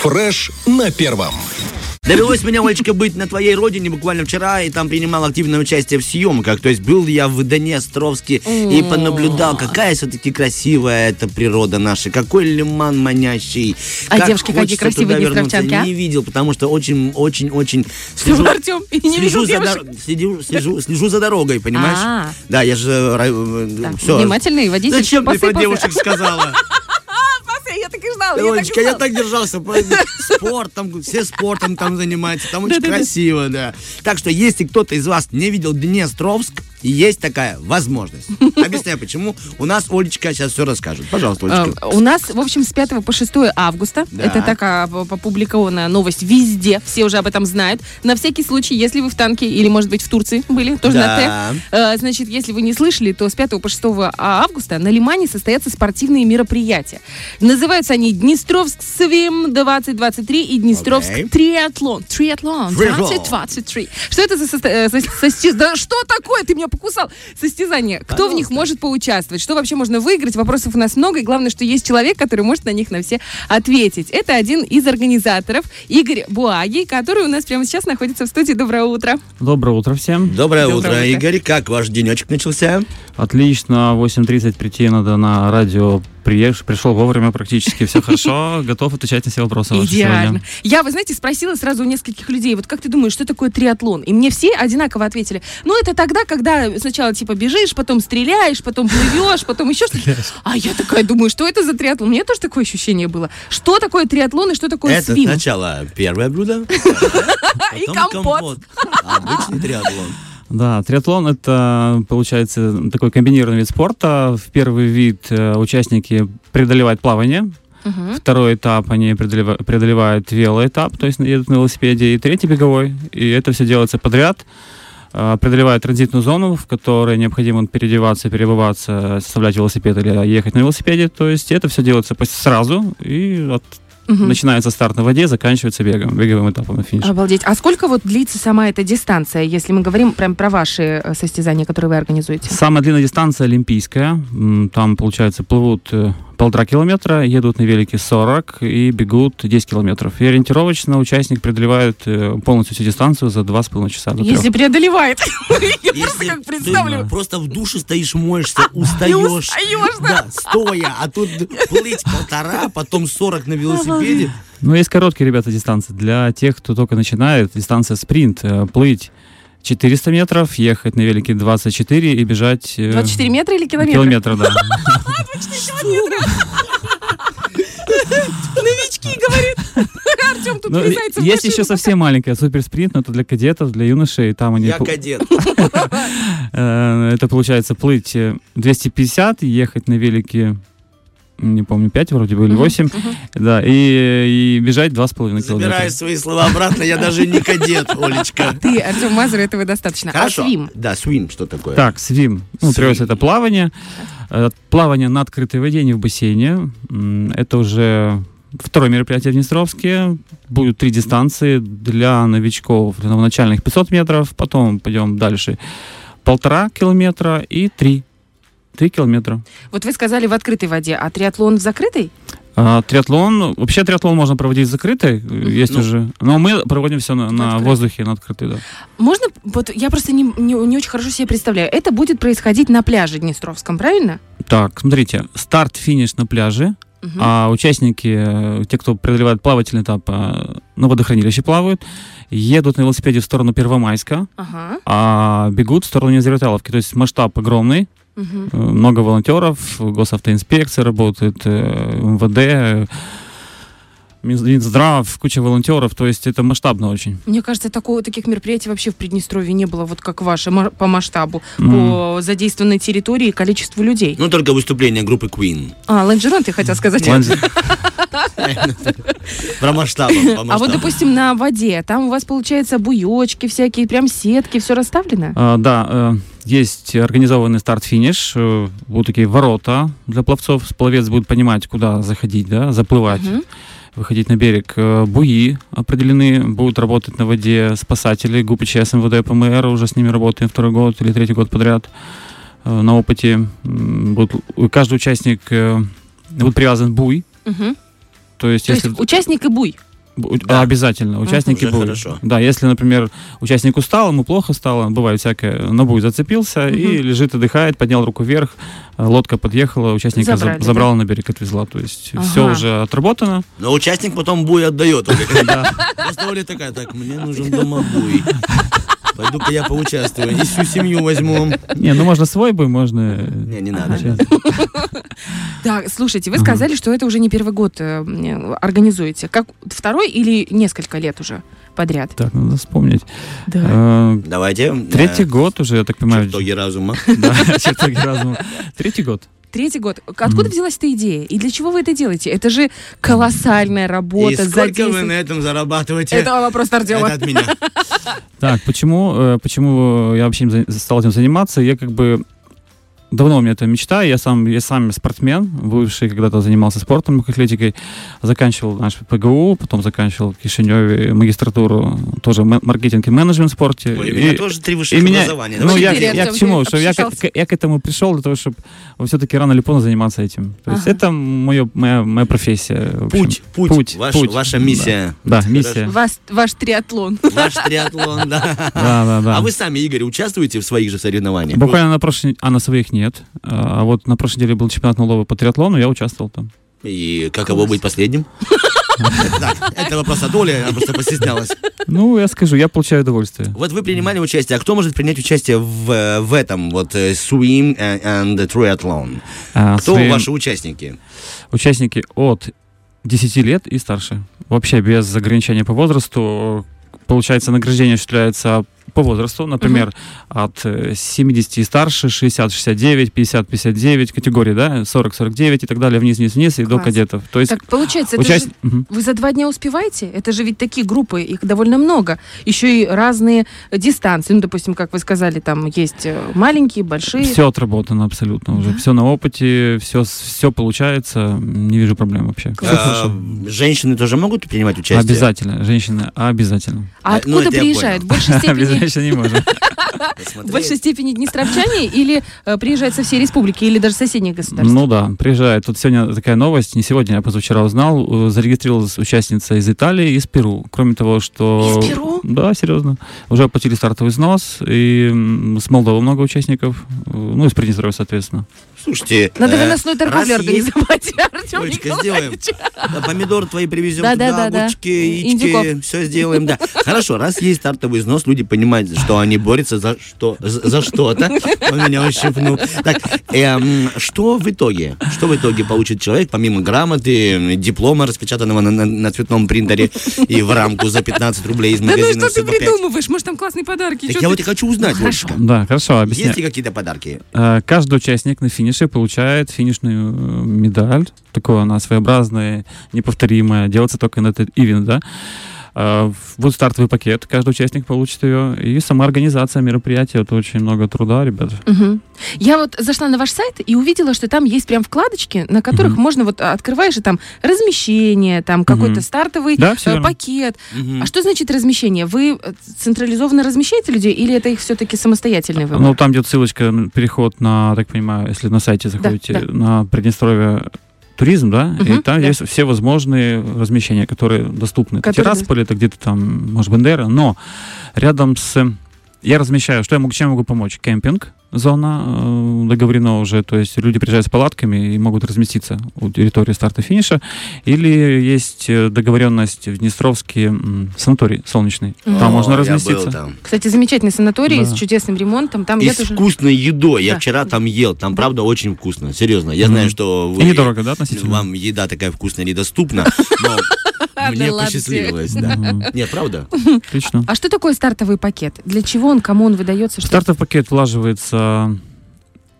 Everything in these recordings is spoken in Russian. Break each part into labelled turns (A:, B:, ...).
A: Фреш на первом.
B: Довелось мне, Олечка, быть на твоей родине буквально вчера, и там принимал активное участие в съемках. То есть был я в Дане Островске и понаблюдал, какая все-таки красивая эта природа наша, какой лиман манящий.
C: А
B: Как
C: девушки какие
B: хочется туда
C: красивые
B: вернуться.
C: днестровчанки, а?
B: Не видел, потому что очень-очень-очень слежу,
C: Артем, и не
B: слежу
C: видел
B: за
C: девушек?
B: дор- следю- слежу- слежу за дорогой, понимаешь?
C: А.
B: Да, я же...
C: Так,
B: все.
C: внимательный водитель.
B: Зачем ты про
C: Посыпался.
B: девушек сказала?
C: Я так и ждала, я так и
B: Олечка, я
C: знала.
B: так держался. Спорт, там все спортом там занимаются. Там очень
C: Да-да-да.
B: красиво, да. Так что, если кто-то из вас не видел Днестровск, есть такая возможность. Объясняю, почему. У нас Олечка сейчас все расскажет. Пожалуйста, Олечка.
C: Э, У нас, в общем, с 5 по 6 августа,
B: Да.
C: это такая оп- опубликованная новость везде, все уже об этом знают. На всякий случай, если вы в танке или, может быть, в Турции были, тоже
B: Да.
C: на Т, э, значит, если вы не слышали, то с 5 по 6 августа на Лимане состоятся спортивные мероприятия. Называются они Днестровск Свим 2023 и Днестровск
B: Окей.
C: Триатлон. Триатлон
B: Триатлон.
C: 2023. Что это за состязание? Да что такое? Ты меня покусал. Состязание. Кто в них
B: Пожалуйста.
C: может может поучаствовать, что вообще можно выиграть. Вопросов у нас много, и главное, что есть человек, который может на них на все ответить. Это один из организаторов, Игорь Буаги, который у нас прямо сейчас находится в студии. Доброе утро.
D: Доброе утро всем.
B: Доброе,
C: Доброе
B: утро,
C: утро.
B: Игорь. Как ваш денечек начался?
D: Отлично, в 8.30 прийти надо на радио. Приеш, пришел вовремя практически, все хорошо. Готов отвечать на все вопросы ваши
C: Идеально.
D: сегодня.
C: Я, вы знаете, спросила сразу у нескольких людей, вот как ты думаешь, что такое триатлон? И мне все одинаково ответили. Ну, это тогда, когда сначала, типа, бежишь, потом стреляешь, потом плывешь, потом еще что-то. А я такая думаю, что это за триатлон? У меня тоже такое ощущение было. Что такое триатлон и что такое
B: Это
C: свим?
B: сначала первое блюдо.
C: И
B: потом
C: компот.
B: Обычный триатлон.
D: Да, триатлон – это, получается, такой комбинированный вид спорта. В первый вид э, участники преодолевают плавание,
C: Мгм.
D: Второй этап они преодолева- преодолевают велоэтап, то есть едут на велосипеде, и третий беговой. И это все делается подряд. А, Преодолевают транзитную зону, в которой необходимо переодеваться, перебываться, составлять велосипед или ехать на велосипеде. То есть это все делается пос- сразу, и от-
C: Мгм.
D: начинается старт на воде, заканчивается бегом, беговым этапом на финише.
C: Обалдеть. А сколько вот длится сама эта дистанция, если мы говорим прям про ваши э, состязания, которые вы организуете?
D: Самая длинная дистанция олимпийская. М, Там, получается, плывут э, полтора километра, едут на велике 40 и бегут 10 километров. И ориентировочно участник преодолевает э, полностью всю дистанцию за 2,5 часа до трех.
C: Если преодолевает. Я просто
B: Ну, Если
C: как представлю. А,
B: ты просто в душе стоишь, моешься, устаешь.
C: устаешь,
B: да. стоя. А тут плыть полтора, потом 40 на велосипеде.
D: Но Ну, есть короткие, ребята, дистанции. Для тех, кто только начинает, дистанция спринт. э, Плыть 400 метров, ехать на велике 24 и бежать... э,
C: 24 метра или километр?
D: Километра, да.
C: Новички, говорит. Артем тут
D: Ну, и-
C: врезается в
D: Есть
C: машину.
D: еще совсем маленькая суперспринт, но это для кадетов, для юношей. Там они...
B: Я
D: пл-
B: кадет.
D: Э, Это получается плыть э, 250, ехать на велике, м, не помню, 5 вроде бы или 8, да, и, и бежать 2,5
B: Забираю
D: километра.
B: свои слова обратно, я даже не кадет, Олечка.
C: Ты, Артем Мазур, этого достаточно. А
B: Хорошо.
C: свим?
B: Да, свим, что такое?
D: Так, свим.
B: Свим.
D: Ну, привез это плавание. Э, Плавание на открытой воде, не в бассейне. М, Это уже второе мероприятие в Днестровске. Будут три дистанции для новичков, для новоначальных 500 метров, потом пойдем дальше полтора километра и три. Три километра.
C: Вот вы сказали в открытой воде, а триатлон в закрытой?
D: А, Триатлон, вообще триатлон можно проводить закрытой, э, есть
B: Ну.
D: уже, но мы проводим все на, на
C: Открыто.
D: воздухе, на открытой, да.
C: Можно, вот я просто не, не- не очень хорошо себе представляю. Это будет происходить на пляже Днестровском, правильно?
D: Так, смотрите, старт-финиш на пляже,
C: Мгм.
D: а участники, э, те, кто преодолевает плавательный этап, э, на водохранилище плавают, едут на велосипеде в сторону Первомайска,
C: Ага.
D: а бегут в сторону Незареталовки, то есть масштаб огромный,
C: Мгм.
D: Э, много волонтеров, госавтоинспекция работает, э, МВД, э, Минздрав, куча волонтеров, то есть это масштабно очень.
C: Мне кажется, такого, таких мероприятий вообще в Приднестровье не было, вот как ваше, ма- по масштабу, по задействованной территории и количеству людей.
B: Ну, только выступление группы Queen.
C: А, Ланжерон, ты хотел сказать.
B: Про масштаб. по
C: А вот,
B: масштабам.
C: допустим, на воде, там у вас, получается, буечки всякие, прям сетки, все расставлено?
D: А, Да, э, есть организованный старт-финиш, э, будут такие ворота для пловцов, пловец будет понимать, куда заходить, да, заплывать,
C: Мгм.
D: выходить на берег. Э, Буи определены, будут работать на воде спасатели, ГУПЧС, МВД, ПМР, уже с ними работаем второй год или третий год подряд э, на опыте. М, будут- каждый участник э, будет привязан буй,
C: Мгм.
D: то есть
C: То есть
D: если...
C: участник и буй.
D: У- а,
B: Да.
D: Обязательно, участники
B: Уже
D: будут.
B: хорошо.
D: Да, если, например, участник устал, ему плохо стало, бывает всякое, на буй зацепился и лежит, отдыхает, поднял руку вверх, э, лодка подъехала, участника за-
C: Забрали, да?
D: забрала на берег, отвезла. То есть
C: Ага.
D: все уже отработано.
B: Но участник потом буй отдает. Оля. Просто Оля такая, так, мне нужен дома буй. Пойду-ка я поучаствую. И всю семью возьму.
D: Не, ну можно свой бы, можно... э, а,
B: Не, не надо.
D: Сейчас.
C: Да, слушайте, вы
D: Ага.
C: сказали, что это уже не первый год э, м, организуете. Как второй или несколько лет уже подряд?
D: Так, надо вспомнить.
C: Да.
D: Э,
B: Давайте. э,
D: Третий год уже, я так понимаю.
B: Чертоги разума.
D: Да, чертоги разума. Третий год.
C: Третий год. Откуда
D: Мгм.
C: взялась эта идея? И для чего вы это делаете? Это же колоссальная
B: И
C: работа.
B: сколько вы
C: задействовать-
B: на этом зарабатываете?
C: Это вопрос
B: Это
C: Артема.
B: от меня.
D: Так, почему, э, почему я вообще им за- стал этим заниматься? Я как бы давно у меня эта мечта. Я сам, я сам спортсмен, бывший когда-то занимался спортом, легкой атлетикой, заканчивал наш ПГУ, потом заканчивал в Кишиневе магистратуру, тоже ме- маркетинг и менеджмент в спорте.
B: Ой,
D: И-
B: у меня тоже три высших
D: и меня-
B: образования.
D: ну, я,
C: Четыре,
D: я
C: Артём,
D: к чему?
C: ты
D: Что я, к,
C: обсчитался.
D: к- я к этому пришел для того, чтобы все-таки рано или поздно заниматься этим. То есть
C: Ага.
D: это моё- моя, моя профессия. в общем.
B: Путь, путь,
D: Путь,
B: ваш-
D: путь.
B: Ваша миссия.
D: Да, миссия.
C: Вас- Ваш триатлон.
B: Ваш триатлон, да.
D: Да, да, да.
B: А вы сами, Игорь, участвуете в своих же соревнованиях?
D: Буквально на прошлой... А на своих нет. А вот на прошлой неделе был чемпионат Молдовы по триатлону, я участвовал там.
B: И каково быть последним? Так, Это вопрос от Оли, она просто постеснялась.
D: Ну, я скажу, я получаю удовольствие.
B: Вот вы принимали участие, а кто может принять участие в, э, в этом вот э, swim and triathlon?
D: А,
B: Кто
D: свои
B: ваши участники?
D: Участники от 10 лет и старше. Вообще без ограничения по возрасту. Получается, награждение осуществляется по возрасту, например, от э, 70 и старше, 60, 69, 50, 59, категории, да, 40, 49 и так далее, вниз, вниз, вниз и до
C: Класс.
D: кадетов. То есть
C: Так получается, это
D: участ...
C: же-
D: Мгм.
C: Вы за два дня успеваете? Это же ведь такие группы, их довольно много. Еще и разные дистанции. Ну, допустим, как вы сказали, там есть э, маленькие, большие.
D: Все отработано абсолютно уже.
C: Да?
D: Все на опыте, все, все получается. Не вижу проблем вообще. Всё
B: А,
D: хорошо.
B: Женщины тоже могут принимать участие?
D: Обязательно, женщина, обязательно.
C: А
B: Э, ну,
C: откуда
B: это я
C: приезжают? В
B: понял.
C: большей степени,
D: Обязательно не можем.
B: Посмотреть.
C: в большей степени днестровчане или э, приезжают со всей республики, или даже соседних государств?
D: Ну да, приезжает. Тут сегодня такая новость, не сегодня, я позавчера узнал, э, зарегистрировалась участница из Италии и из Перу. Кроме того, что...
C: Из Перу?
D: Да, серьезно. Уже оплатили стартовый взнос, и м, с Молдовы много участников, э, ну и с Приднестровья, соответственно.
B: Слушайте,
C: Надо
B: э,
C: выносную торговлю
B: раз есть-
C: организовать, Артем
B: Олечка, сделаем. Да, Помидор твои привезем
C: Да, да,
B: туда,
C: да, да.
B: огурчики,
C: Э, Индюков.
B: яички, все сделаем, да. Хорошо, раз есть стартовый взнос, люди понимают, что они борются за что, за, за что-то. Он меня ущипнул. Так, эм, что в итоге? Что в итоге получит человек, помимо грамоты, м, диплома, распечатанного на, на- на цветном принтере и в рамку за 15 рублей из
C: Да ну и
B: магазина
C: что ты
B: «Сыба пять»?
C: придумываешь? Может, там классные подарки?
B: Так
C: Чё
B: я
C: ты-
B: вот и хочу узнать, Олечка,
D: Да, хорошо, объясняю.
B: есть ли какие-то подарки?
D: Э, Каждый участник на финише получает финишную э, медаль. Такое она своеобразная, неповторимая. Делается только на этот ивент, да? Э, в- Будет стартовый пакет, каждый участник получит ее. И сама организация мероприятия, это очень много труда, ребята.
C: Мгм. Я вот зашла на ваш сайт и увидела, что там есть прям вкладочки, на которых
D: Мгм.
C: можно вот а, открываешь и там размещение, там какой-то стартовый
D: Да, всё
C: э,
D: верно.
C: пакет.
B: Мгм.
C: А что значит размещение? Вы э, централизованно размещаете людей или это их все-таки самостоятельный выбор?
D: Ну, там идет ссылочка, м, переход на, так понимаю, если на сайте заходите,
C: да.
D: на Приднестровье туризм, да, и
C: Мгм,
D: там
C: да.
D: есть все возможные размещения, которые доступны. Это
C: Которые
D: Тирасполь, это где-то там, может, Бендера, но рядом с... э, Я размещаю, что я могу, чем я могу помочь? Кемпинг, зона э, договорено уже, то есть люди приезжают с палатками и могут разместиться у территории старта-финиша, или есть э, договоренность в Днестровске м, санаторий солнечный,
B: О,
D: там можно
B: я был
D: разместиться.
B: там.
C: Кстати, замечательный санаторий
D: Да.
C: с чудесным ремонтом. Там
B: И
C: я
B: с
C: тоже...
B: вкусной едой. Я
C: Да.
B: вчера там ел. Там, правда, очень вкусно. Серьезно. Я
D: Мгм.
B: знаю, что вы...
D: И недорого, да, относительно?
B: Вам еда такая вкусная недоступна, но
C: Да
B: мне
C: ладно
B: посчастливилось, да.
D: Мгм.
B: Нет, правда?
D: Отлично.
C: А что такое стартовый пакет? Для чего он, кому он выдается?
D: В
C: Что...
D: стартовый пакет влаживается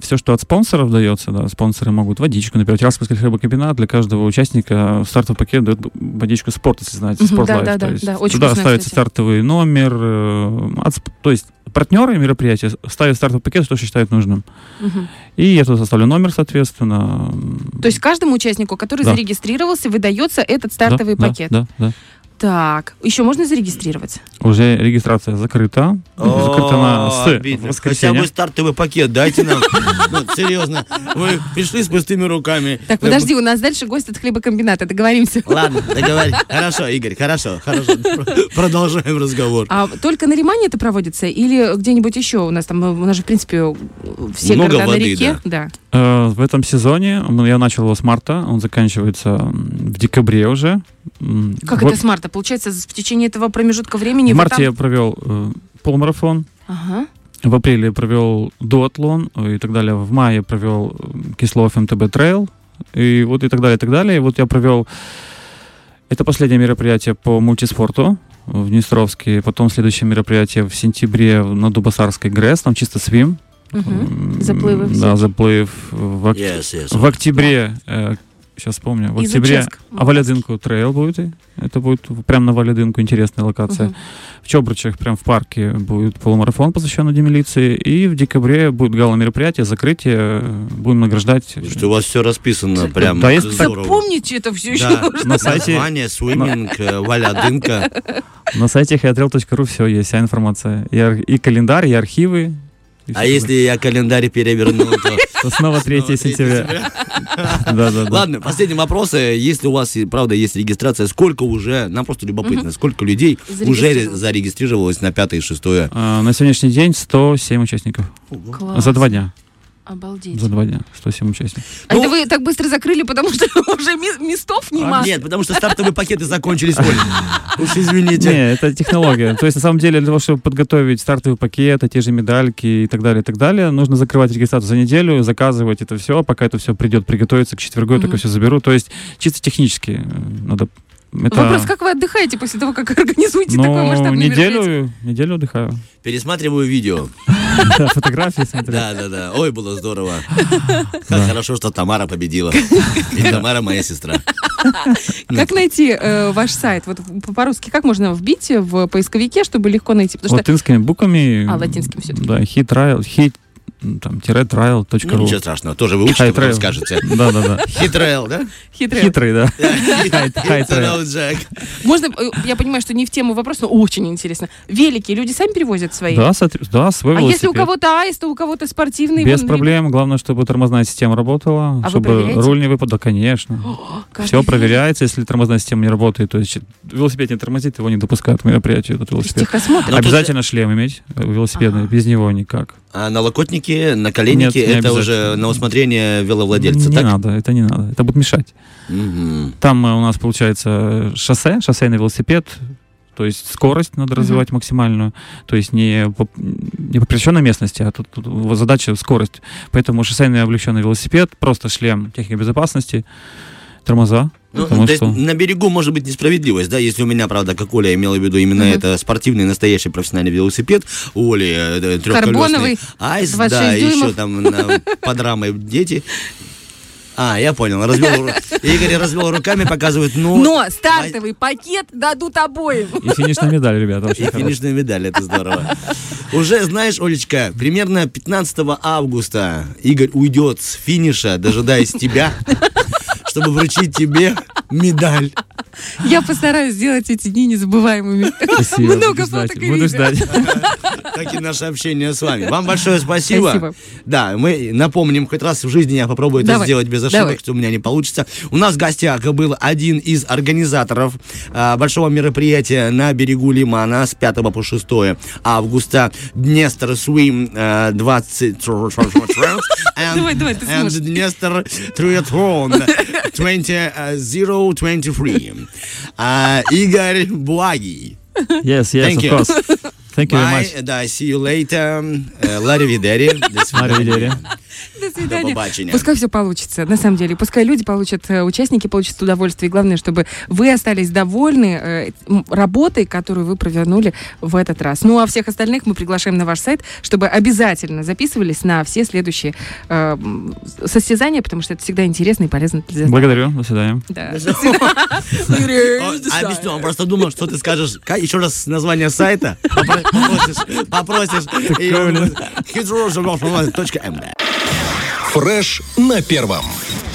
D: все, что от спонсоров дается, да, спонсоры могут водичку, например, Тираспольский хлебокомбинат для каждого участника в стартовый пакет дает водичку спорт, если знаете,
C: Мгм,
D: спорт
C: да,
D: Life,
C: да,
D: то
C: да,
D: есть
C: да, очень
D: туда
C: вкусная,
D: ставится
C: кстати.
D: стартовый номер, э, от сп- то есть партнеры мероприятия ставят в стартовый пакет, что считают нужным.
C: Мгм.
D: И я тут составлю номер, соответственно.
C: То есть каждому участнику, который
D: Да.
C: зарегистрировался, выдается этот стартовый
D: Да, да,
C: пакет.
D: Да, да.
C: Так, еще можно зарегистрировать?
D: Уже регистрация закрыта. закрыта она
B: О,
D: с
B: обидно. Хотя
D: воскресенья.
B: бы стартовый пакет дайте нам. Ну, Серьезно. Вы пришли с пустыми руками.
C: Так, подожди, у нас дальше гость от хлебокомбината, договоримся.
B: Ладно, договорились. Хорошо, Игорь, хорошо, хорошо. Продолжаем разговор.
C: А только на Римане это проводится или где-нибудь еще? У нас там, э, у нас же, в принципе, э, все
B: Много
C: города на
B: воды,
C: реке. Да.
D: Э, В этом сезоне, м, я начал его с марта, он заканчивается м, в декабре уже. М,
C: Как
D: вот
C: это с марта? Получается, в течение этого промежутка времени
D: В
C: вы
D: марте
C: там-
D: я провел э, полумарафон,
C: Ага.
D: в апреле я провел дуатлон э, и так далее, в мае я провел э, Кислов МТБ трейл, и вот и так далее, и так далее. И вот я провел... Это последнее мероприятие по мультиспорту в Днестровске, потом следующее мероприятие в сентябре на Дубасарской ГРЭС, там чисто свим.
C: Мгм.
D: М,
C: Заплывы
D: Да,
C: всякие.
D: заплыв. В ак-
B: Yes, yes.
D: В октябре, сейчас помню, в
C: Из
D: октябре
C: Ижевска.
D: а Валядинку трейл будет. и Это будет в- прям на Валядинку интересная локация.
C: Мгм.
D: В Чобрачах, прям в парке, будет полумарафон, посвященный демилиции. И в декабре будет гала-мероприятие, закрытие. э, Будем награждать.
B: Что у вас все расписано прям
D: Да, если так-
B: здорово.
C: Запомните это все еще.
B: Да,
D: На сайте,
B: название, свимминг, э, валядынка.
D: на сайте hiatrel.ru все есть, вся информация. И, ар- и календарь, и архивы. и всё
B: А если я календарь переверну, то...
D: такое. Снова 3 сентября. Да-да-да.
B: Ладно, последний вопрос. Э, Если у вас, и правда, есть регистрация, сколько уже, нам просто любопытно, сколько людей уже
C: Зарегистрировалось.
B: зарегистрировалось на пятое и шестое?
D: А, На сегодняшний день 107 участников.
C: Класс.
D: За два дня.
C: Обалдеть.
D: За два дня. 107 участников.
C: А
B: Ну-
C: это вы так быстро закрыли, потому что уже ми- местов
D: А
C: нема.
B: А, Нет, потому что стартовые пакеты закончились, Оль. Уж извините.
D: Не, это технология. То есть, на самом деле, для того, чтобы подготовить стартовые пакеты, те же медальки и так далее, и так далее, нужно закрывать регистрацию за неделю, заказывать это все, пока это все придет, приготовиться к четвергу, я только
C: Мгм.
D: все заберу. То есть, чисто технически э, надо... Это,
C: Вопрос, как вы отдыхаете после того, как организуете такое
D: ну,
C: масштабное мероприятие?
D: неделю, неделю отдыхаю.
B: Пересматриваю видео.
D: Да, Фотографии смотрю.
B: Да, да, да. Ой, было здорово. Как хорошо, что Тамара победила. И Тамара моя сестра.
C: Как найти э, ваш сайт? Вот в- по-русски как можно вбить в поисковике, чтобы легко найти? Потому что
D: Латинскими буквами.
C: А, латинским всё-таки.
D: Да, hit trial, hit, м, там, тире
B: Ну, ничего
D: trial.ru.
B: страшного, тоже выучите,
D: Хай
B: потом
D: трейл.
B: скажете.
D: Да, да, да.
B: Хитрейл, да?
C: хитрый.
D: Хитрый, да. хай
B: It's
D: трейл.
B: around Jack.
C: Можно, э, я понимаю, что не в тему вопрос, но очень интересно. Велики люди сами перевозят свои?
D: Да, смотрю- да, свой
C: А если у
D: велосипед.
C: кого-то аист, то у кого-то спортивный?
D: Без
C: вон,
D: проблем. Главное, чтобы тормозная система работала,
C: А вы
D: чтобы
C: проверяете?
D: руль не выпадал, конечно.
C: ребят, каждый
D: Все
C: велик.
D: проверяется, если тормозная система не работает. То есть велосипед не тормозит, его не допускают к мероприятию, этот
C: Из
D: велосипед.
C: техосмотра.
B: Но тут-
D: Обязательно шлем иметь э, велосипедный,
C: Ага.
D: без него никак.
B: А на локотнике, на коленнике
D: Нет, не
B: это уже
D: обязательно.
B: на усмотрение веловладельца,
D: не
B: так?
D: надо, это не надо. Это будет мешать.
B: Мгм.
D: Там э, у нас получается э, шоссе, шоссейный велосипед, то есть скорость надо развивать максимальную, то есть не по, не по пересеченной местности, а тут, тут вот задача скорость. Поэтому шоссейный облегченный велосипед, просто шлем техники безопасности, тормоза.
B: Ну,
D: потому
B: то есть
D: что-
B: на берегу может быть несправедливость, да, если у меня, правда, как Оля имела в виду именно
C: Мгм.
B: это спортивный настоящий профессиональный велосипед, у Оли э, трехколесный
C: Карбоновый,
B: айс,
C: 26
B: да, и еще
C: дюймов.
B: там на- под рамой дети. А, я понял, развел, ру- Игорь развел руками, показывает, ну,
C: Но стартовый пакет дадут обоим.
D: И финишная медаль, ребята,
B: И
D: очень хорошая.
B: финишная медаль, это здорово. Уже, знаешь, Олечка, примерно 15 августа Игорь уйдет с финиша, дожидаясь тебя, чтобы вручить тебе медаль.
C: Я постараюсь сделать эти дни незабываемыми.
D: Спасибо.
C: Много
D: буду ждать,
C: фоток и
D: Буду
C: видео.
D: ждать.
B: Как и наше общение с вами. Вам большое спасибо.
C: Спасибо.
B: Да, мы напомним, хоть раз в жизни я попробую это
C: Давай,
B: сделать без ошибок,
C: давай.
B: что у меня не получится. У нас в гостях был один из организаторов а, большого мероприятия на берегу Лимана с 5 по 6 августа. Днестр Свим э, 20... and-
C: Давай, давай, ты
B: and
C: сможешь.
B: Днестр а, Триатлон 2023. А, Игорь Буаги.
D: Yes, yes,
B: Thank you.
D: of course. Thank you very
B: Bye,
D: much.
B: да, see you later. Э, Ларивидери. До свидания.
D: Ларивидери.
C: До
B: До
C: свидания.
B: побачення.
C: Пускай все получится, на самом деле. Пускай люди получат, э, участники получат удовольствие. И главное, чтобы вы остались довольны э, м, работой, которую вы провернули в этот раз. Ну, а всех остальных мы приглашаем на ваш сайт, чтобы обязательно записывались на все следующие э, м, состязания, потому что это всегда интересно и полезно для здоровья.
D: Благодарю, до свидания.
C: Да.
B: О, а, Объясню, он просто думал, что ты скажешь. Ка- Еще раз название сайта. Попро- Попросишь. Попросишь. и эм, он будет, «Hydrogen.ml.md».
A: Фреш на первом.